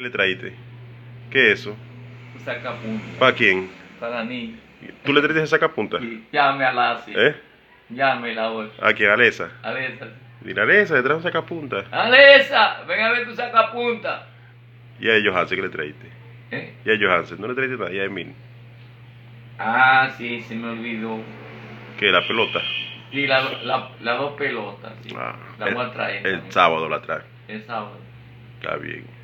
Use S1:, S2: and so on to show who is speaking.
S1: le traíste? ¿Qué es eso?
S2: Un sacapunta.
S1: ¿Para quién?
S2: Para mí.
S1: ¿Tú le traíste esa sacapunta?
S2: Y llame a la así.
S1: ¿Eh?
S2: Llame la voz.
S1: ¿A quién? ¿Alesa?
S2: Alesa.
S1: Dile, Alesa, le trajo un sacapunta.
S2: Alesa, ven a ver tu sacapunta.
S1: Y a Johansen, ¿qué le traíste?
S2: ¿Eh?
S1: Y a Johansen, no le traíste nada. Y a Emil,
S2: Ah, sí, se me olvidó.
S1: que la pelota.
S2: Sí, las la, la dos pelotas. Sí.
S1: Ah,
S2: la voy a traer.
S1: El
S2: también.
S1: sábado la trae.
S2: El sábado.
S1: Está bien.